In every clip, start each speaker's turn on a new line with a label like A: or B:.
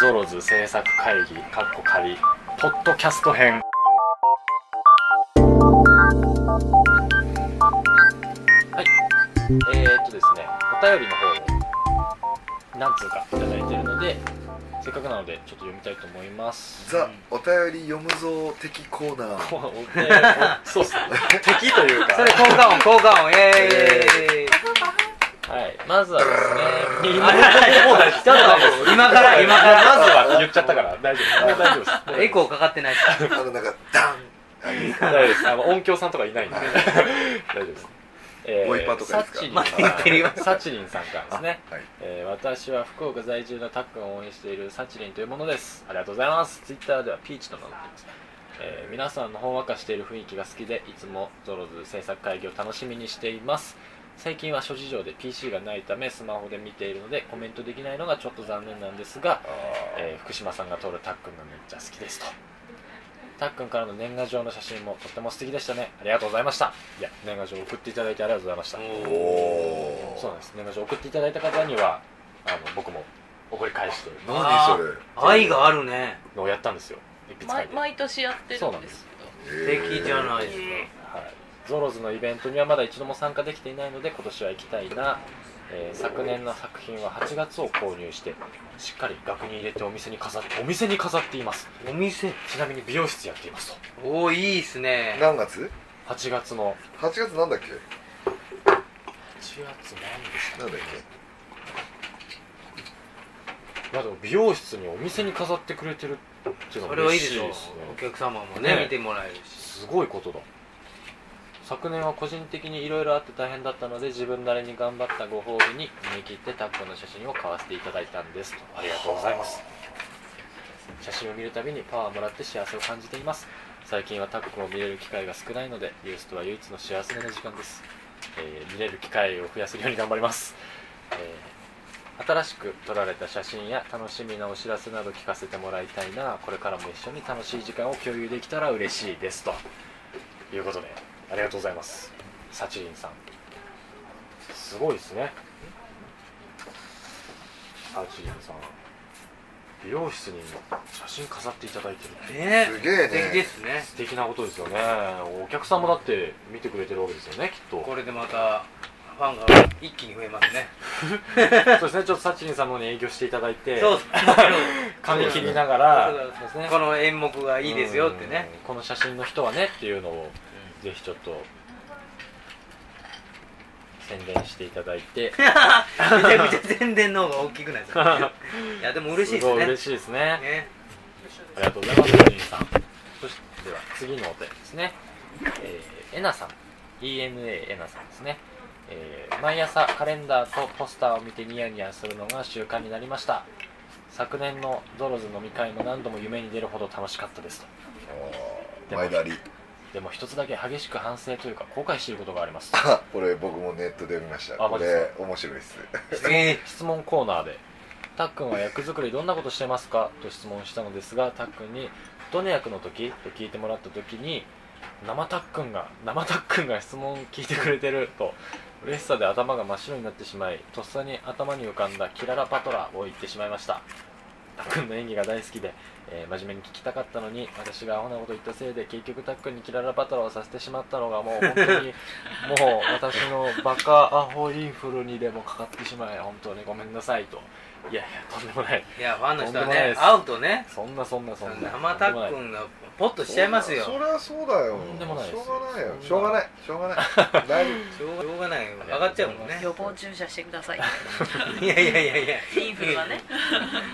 A: ゾロズ制作会議かっこ仮ポッドキャスト編はいえー、っとですねお便りの方を何通かいただいてるのでせっかくなのでちょっと読みたいと思います
B: ザ・お便り読むぞ的コーナー
A: もうお手おそうっすね 敵というか
C: それ効果音効果音イエーイ
A: はいまずは ですね
C: もう大丈夫今から今から
A: まずはって言っちゃったから大丈夫ですもう大丈夫です
C: エコーかかってないし
B: あのなんかダンあいい
A: 大丈夫ですあの音響さんとかいないんで大丈夫ですえ
B: ボイパとかですか
A: サチリン
C: まあ言ってるよ
A: さんサチリンさんからですね、
B: はい
A: えー私は福岡在住のタックンを応援しているサチリンというものですありがとうございますツイッターではピーチと名乗っています、えー皆さんのほんわかしている雰囲気が好きでいつもゾロズ制作会議を楽しみにしています最近は諸事情で PC がないためスマホで見ているのでコメントできないのがちょっと残念なんですが
B: あ
A: えー福島さんが撮るたっくんがめっちゃ好きですとたっくんからの年賀状の写真もとっても素敵でしたねありがとうございましたいや年賀状送っていただいてありがとうございました
B: ー
C: お
B: お
A: そうな
B: ー
A: んです年賀状送っていただいた方にはあの僕も送り返して
B: 何それ
C: 愛があるね
A: のをやったんですよ一筆書い
D: 毎
A: て、
D: 毎年やってるんです
C: 素敵じゃないです
A: はい、ゾロズのイベントにはまだ一度も参加できていないので今年は行きたいな、えー昨年の作品は8月を購入してしっかり額に入れてお店に飾ってお店に飾っています
C: かお店
A: ちなみに美容室やっていますと
C: おおいいっすね
B: 何月
A: 8月の
B: ?8 月なんだっけ
A: 8月何でした
B: なんだっ
A: まあでも美容室にお店に飾ってくれてるっていうの
C: そ
A: は
C: れはい
A: 嬉
C: いで
A: し
C: し
A: い
C: ょ
A: です
C: お
A: ね
C: 客様もね
A: ね
C: 見てもらえるし
A: すごいことだ昨年は個人的にいろいろあって大変だったので自分なりに頑張ったご褒美に見に切ってタックの写真を買わせていただいたんですとありがとうございます写真を見るたびにパワーもらって幸せを感じています最近はタックを見れる機会が少ないのでユースとは唯一の幸せな時間です、えー見れる機会を増やせるように頑張ります、えー新しく撮られた写真や楽しみなお知らせなど聞かせてもらいたいなこれからも一緒に楽しい時間を共有できたら嬉しいですということでありがとうございますサチリンさんすごいですねサチリンさん美容室に写真飾っていただいてるって
C: ね
B: すげえね
C: 素敵ですね
A: 素敵なことですよねお客さんもだって見てくれてるわけですよねきっ
C: ことれでまたファンが一気に増えますね
A: そうですねちょっとサチリンさんの方に営業していただいて
C: そう
A: 髪切りながら
C: そう
A: そうですね
C: この演目がいいですよってね
A: うんこの写真の人はねっていうのをぜひちょっと宣伝していただいて
C: めちゃくちゃ宣伝の方が大きくないですか いやでも 嬉しいです
A: ごい
C: ね
A: 嬉しいですね
C: ね
A: ありがとうございます、ジョニーさん。そしてでは、次のお便りですね。えー、えなさん。ENA えなさんですね。えー毎朝カレンダーとポスターを見てニヤニヤするのが習慣になりました。昨年のゾロズ飲み会も何度も夢に出るほど楽しかったですと。
B: け前だり
A: でも一つだけ激しく反省というか後悔していることがあります。
B: あこれ僕もネットで見ました
A: あマ
B: こ
A: ジです
B: れ面白いっす
C: え
A: 質問コーナーで「たっくんは役作りどんなことしてますか?」と質問したのですがたっくんに「どの役の時?」と聞いてもらった時に生たっくんが生たっくんが質問聞いてくれてると嬉しさで頭が真っ白になってしまいとっさに頭に浮かんだ「キララパトラ」を言ってしまいましたたっくんの演技が大好きで、えー真面目に聞きたかったのに私がアホなこと言ったせいで結局たっくんにキララパトラをさせてしまったのがもう本当にもう私のバカアホインフルにでもかかってしまい本当にごめんなさいといやいやとんでもない
C: いやファンの人は
A: とんでもないで
C: ね
A: す
C: 会うとね
A: そんなそんなそんな
C: 生たっくんがポッとしちゃいますよ
B: そりゃそうだよ
A: とんでもない
B: し
A: です
B: ょうがないよ
A: そんな
B: しょうがないし ょうがない大丈
C: しょうしょうがないよ上がっちゃうもんね
D: けど予防注射してくだ さい
C: いやいやいやいや
D: インフルはね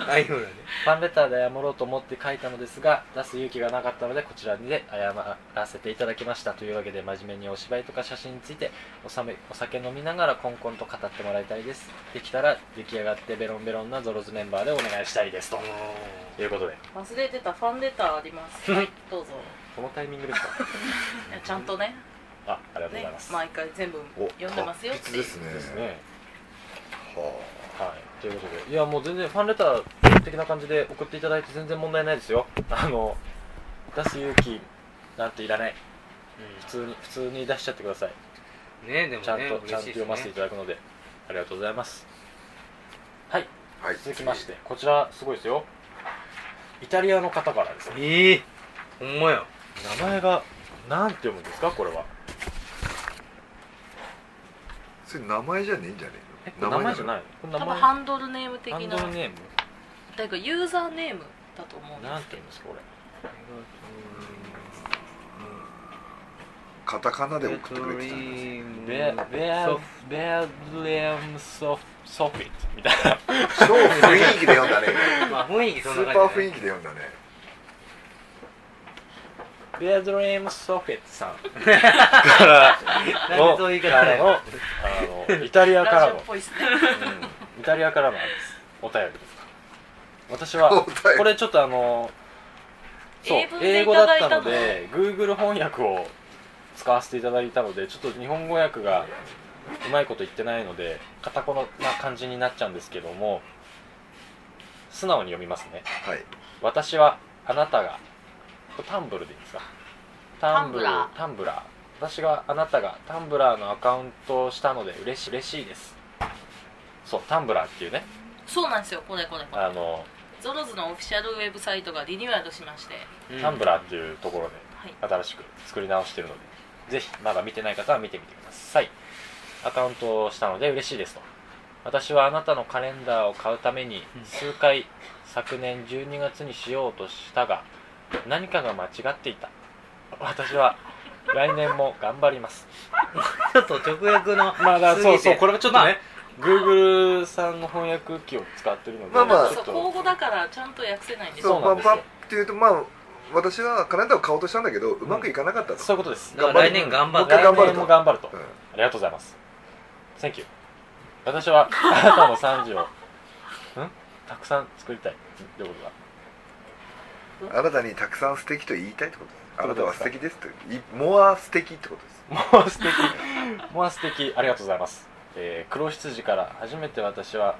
C: あインフルはね
A: ファンレターで謝ろうと思って書いたのですが出す勇気がなかったのでこちらで謝らせていただきましたというわけで真面目にお芝居とか写真についておさめお酒飲みながらコンコンと語ってもらいたいですできたら出来上がってベロンベロンなゾロズメンバーでお願いしたいですということで
D: 忘れてたファンレターありますはいどうぞ
A: このタイミングです か
D: いやちゃんとね
A: あありがとうござい
D: ね
A: ます、
D: 毎回全部
B: 夫
D: 読んでますよっ
B: 達
D: て
B: 筆
D: い
B: で
D: う
B: すね
A: ですね
B: は
A: はい、ということで、いや、もう全然ファンレター的な感じで送っていただいて全然問題ないですよ。あの、出す勇気なんていらない。普通に、普通に出しちゃってください。
C: ねでもね
A: ちゃんと、ちゃん
C: 嬉
A: と
C: しい
A: 読ませてい
C: ね
A: ただくので、ありがとうございます。はい、
B: はい
A: 続きましてこちらすごいですよイタリアの方からですね
C: ええほんまや
A: 名前がなんて読むんですかこれは
B: それ名前じゃねえんじゃね
A: え
B: え
A: 名
B: の
A: 前じゃ
B: い
A: ないこれ名
D: 多分
A: 前
D: ハンドルネーム的
A: ハン
D: な
A: ドルネーム
D: だからユーザーネームだと思うんで
A: なん
D: す
A: て
D: け
A: 言
D: ど
A: うんですかこれ
B: カタカナで送ってくれてたんです
A: ベベア
C: ソフ
A: ベアレムソフソフィットみたいな
B: 超雰囲気で読んだね
C: まあ雰囲気
B: ス
C: そんな
B: ー
C: 感じ
B: パー雰囲
C: 気
B: 気で読んだね
A: ベアレムソフィットさんから
C: なんでそういう言い方だよ
A: のあのイタリアから
D: ラジオ
A: の
D: っぽいっすね
A: イタリアからのお便りですか私
B: お
A: は
B: 便り
A: これちょっとあのそう
D: 英文で
A: 英
D: い
A: 語だ
D: ただ
A: っ
D: い
A: た
D: た
A: の
D: の
A: で Google 翻訳を使わせていただいたのでちょっと日本語訳がうまいこと言ってないので片言な感じになっちゃうんですけども素直に読みますね
B: はい
A: 私はあなたがこれタンブルでいいんですかタンブル
D: タンブラー
A: タンブラー私があなたがタンブラーのアカウントをしたので嬉しい嬉しいですそうタンブラーっていうね
D: そうなんですよこれこれこれ
A: あの、
D: ゾロズのオフィシャルウェブサイトがリニューアルしまして
A: タンブラーって
C: いう
A: いうところ
D: はい
A: で新しく作り直してるのでぜひまだ見てない方は見てみてくださいアカウントをしたので嬉しいですと私はあなたのカレンダーを買うために
C: うん
A: 数回昨年12月にしようとしたが何かが間違っていた私は来年も頑張ります
C: ちょっと直訳の
A: まあだからそうそうこれはちょっと
C: ま
A: ね、Google さんの翻訳機を使ってるので
B: まあまあ
A: ち
D: そ
A: ょ
D: う
A: っと
D: 口語だからちゃんと訳せないんです
A: そ
B: そうう
A: な
B: パ
A: んですよ
B: ッパッっていうとまあ私はカレンダーを買おうとしたんだけどうまくいかなかったと、
A: そういうことです
C: だから来年頑張
B: もう
C: っ
B: 一回
C: て
B: 頑張
A: 来
B: ると
A: 年も頑張ると
B: うん
A: ありがとうございます。Thank you。私はあなたの賛辞を、 んたくさん作りたい。ってことだ。
B: あなたにたくさん素敵と言いたいってことですあなたは素敵ですといモア素敵ってことです
A: もう素敵。もう素敵。ありがとうございます。えー、黒羊から初めて私は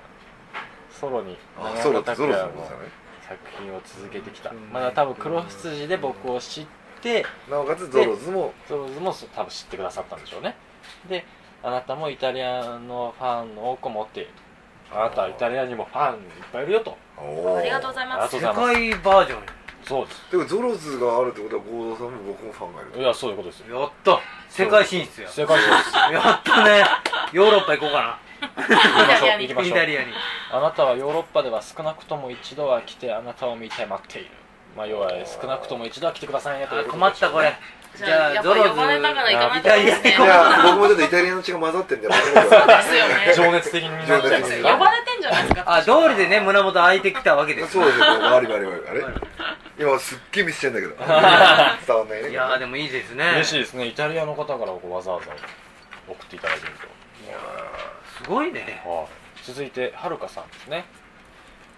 A: ソロに
B: あそうだゾロゾロ
A: の
B: ですよね
A: 作品を続けてきた
C: うん。
A: まだ多分黒羊で僕を知って、
B: なおかつゾロズも
A: ゾロズもそう多分知ってくださったんでしょうね。で、あなたもイタリアのファンの多くを持っている。あなたはイタリアにもファンいっぱいいるよと。
B: おー
D: ありがとうござい
A: あり
D: ま
A: が
D: す
A: とう
C: 世
A: ございます
C: 界バージョン
A: そうです。
B: でもゾロズがあるってことは郷田さんも僕もファンがいる
A: いや、そういうことですよ。
C: やった世界進出や
A: 正解です。
C: やったねヨーロッパ行こうか
D: イタリア
A: 行き
D: に
A: ま
C: な
A: しょう
C: イタリアに
A: あなたはヨーロッパでは少なくとも一度は来てあなたを見て待っているまあ要は少なくとも一度は来てくださいねという
C: あ
A: ことで
C: 困ったこれ
D: じゃあやっぱ呼ばれながら行かないとダメですね
C: い
B: い
C: や
B: や僕もちょっとイタリアの血が混ざってんじゃない
D: ですよね
A: 情熱的になっちゃいます
B: 情熱的
D: 呼
A: よ
D: ばれてんじゃないですか
C: あ道理でね胸元開いてきたわけです
B: そうですよね、バリバリバリあれ今すっげえ見せて んだけど伝わんないね
C: いやーでもいいですね
A: 嬉しい
C: す
A: ですねイタリアの方からこうわざわざ送っていただいてる
C: ごいね
A: と、はい続いてはるかさんですね、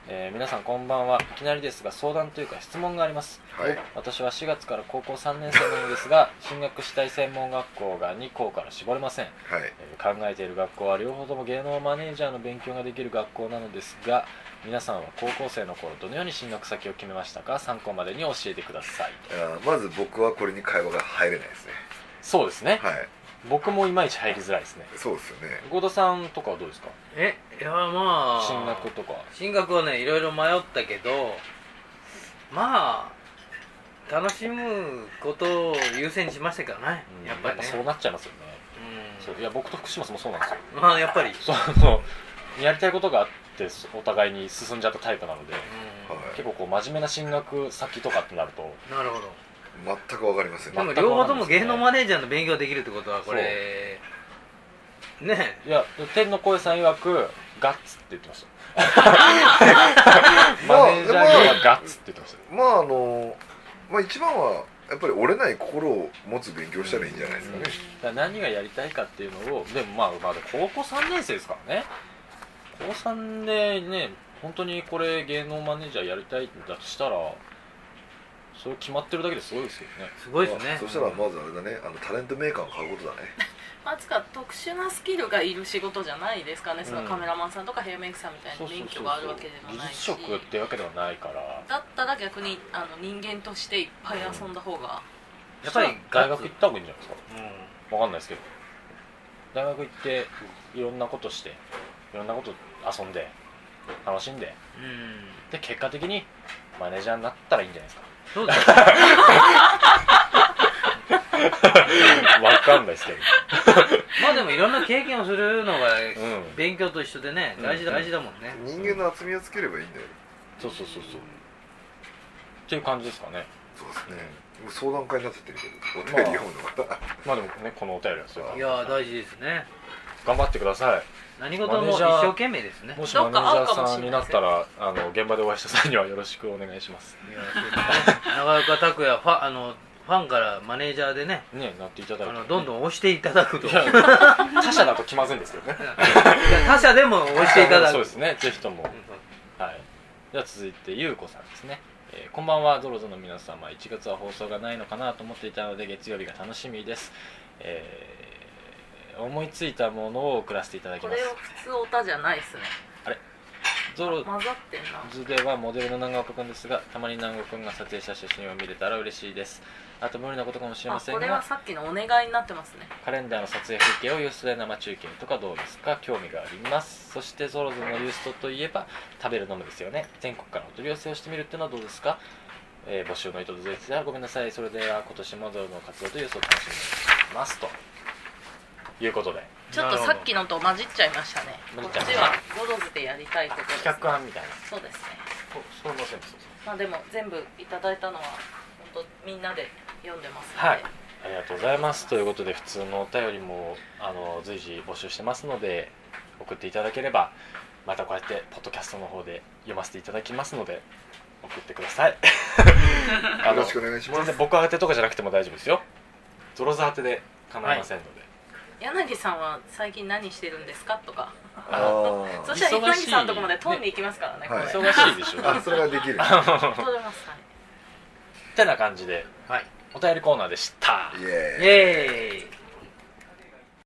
A: えー皆さんこんばんはいきなりですが相談というか質問があります
B: はい
A: 私は4月から高校3年生なのですが進学したい専門学校が2校から絞れません
B: はい
A: えー考えている学校は両方とも芸能マネージャーの勉強ができる学校なのですが皆さんは高校生の頃どのように進学先を決めましたか参考までに教えてください
B: あーまず僕はこれに会話が入れないですね
A: そうですね、
B: はい
A: 僕もいまいち入りづらいですね
B: そうですよね
A: 後田さんとかはどうですか
C: えいやまあ
A: 進学とか
C: 進学はねいろいろ迷ったけどまあ楽しむことを優先にしましたけどね、
A: うん
C: やっぱりね
A: そうなっちゃいますよね、
C: う
A: そういや僕と福島さんもそうなんですよ
C: んまあやっぱり、うん、
A: そのやりたいことがあってそお互いに進んじゃったタイプなので
B: はい
A: 結構こう真面目な進学先とかってなると
C: なるほど
B: 全くわかりません
C: でも
A: 全く
C: 両
A: わか
C: 方と
A: んない
C: も
A: ですね
C: 芸能マネージャーの勉強ができるってことはこれね
A: いや天の声さん曰くガッツって言ってましたマネージャーにはガッツって言ってました
B: まああのまあ一番はやっぱり折れない心を持つ勉強したらいいんじゃないですかね
A: だから何がやりたいかっていうのをでもまあまだ高校3年生ですからね高3でね本当にこれ芸能マネージャーやりたいんだとしたらそれ決まってるだけですごいですよね
C: すごいです
B: まあ
C: ね
B: そしたらまずあれだねあのタレントメーカーを買うことだね
D: まあつか特殊なスキルがいる仕事じゃないですかねそのカメラマンさんとかヘアメイクさんみたいな免許があるわけでは
A: 技
D: ない
A: 術
D: し
A: 職ってわけではないからや
D: だったら逆にあの人間としていっぱい遊んだ方が
C: やっぱり
A: 大学行った方がいいんじゃないですか
C: う
A: わかんないですけど大学行っていろんなことしていろんなこと遊んで楽しんで
C: うん
A: で結果的にマネージャーになったらいいんじゃないですか
C: そうだ ね
A: わかんないですけど
C: まあでもいろんな経験をするのが
A: うん
C: 勉強と一緒でね大事だ
A: うん
C: 大事だもんね
B: 人間の厚みをつければいいんだよ
A: そうそうそうそうっていう感じですかね
B: そうですねもう相談会になっちゃってるけどお便り読むのが、
A: まあでもねこのお便りはそう
C: いやー大事ですね
A: 頑張ってくださ
C: 何事も一生懸命ですね
A: いもしマ
D: ど
A: ネ
D: っ
A: ー
D: か会う
A: ジャ
D: か
A: ー
D: も
A: さ
D: し
A: ん
D: れ
A: に
D: な
A: ないっ
D: ですね
A: たらあの現場でお会いした際にはよろしくお願いします
C: いやそうだね長岡拓也ファあのファンからマネージャーでね
A: ねなっていた
C: あ
A: だいて
C: のどんどん押していただくと
A: い
C: い
A: や
C: や
A: 他社だと気まずいんですけどね
C: 他社でも押していただく
A: そうですねぜひとも
C: うん
A: はい、では続いてゆうこさんですね、えーこんばんはドロゾの皆様1月は放送がないのかなと思っていたので月曜日が楽しみです、えー思いついたものを送らせていただき
D: こ
A: ます
D: れは普通オタじゃないですね
A: ゾロ
D: 混ざってんな
A: 図ではモデルの南岡くんですがたまに南岡くんが撮影した写真を見れたら嬉しいですあと無理なことかもしれま
D: あ
A: せ
D: こ
A: ん
D: れは
A: が
D: さっきのお願いになってますね
A: カレンダーの撮影風景をユーストで生中継とかどうですか興味がありますそしてゾロズのユーストといえば食べる飲むですよね全国からお取り寄せをしてみるっていうのはどうですか、えー募集の意図でたらごめんなさいそれでは今年もゾロズの活動とユーストを楽しみにしていますということで
D: ちょっとさっきのと混じっちゃいましたね
A: 混
D: こ
A: じっ
D: っ
A: ちゃいまし
D: ち
A: た
D: はゴロズでやりたいことです
A: 企画案みたいな
D: そうですね
A: そうのせんです
D: まあでも全部いただいたのは本当みんなで読んでますので
A: はいありがとうございますということで普通のお便りもあの随時募集してますので送っていただければまたこうやってポッドキャストの方で読ませていただきますので送ってくだ さいあ
B: よ
A: の
B: ろしくお願いしま
A: 全
B: す
A: 然僕宛てとかじゃなくても大丈夫ですよゾロズ宛てで構いませんので、
D: 柳さんは最近何してるんですかとか
A: あの
B: あー
D: そした
A: 忙
D: ら
A: しい
D: 柳さんのとこまで飛んでいきますからね
B: はい
D: これ
A: 忙しいでしょ
B: あそれができる
D: 飛んでますはい
A: てな感じで
C: はい
A: お便りコーナーでした
B: イエーイ
C: イエーイ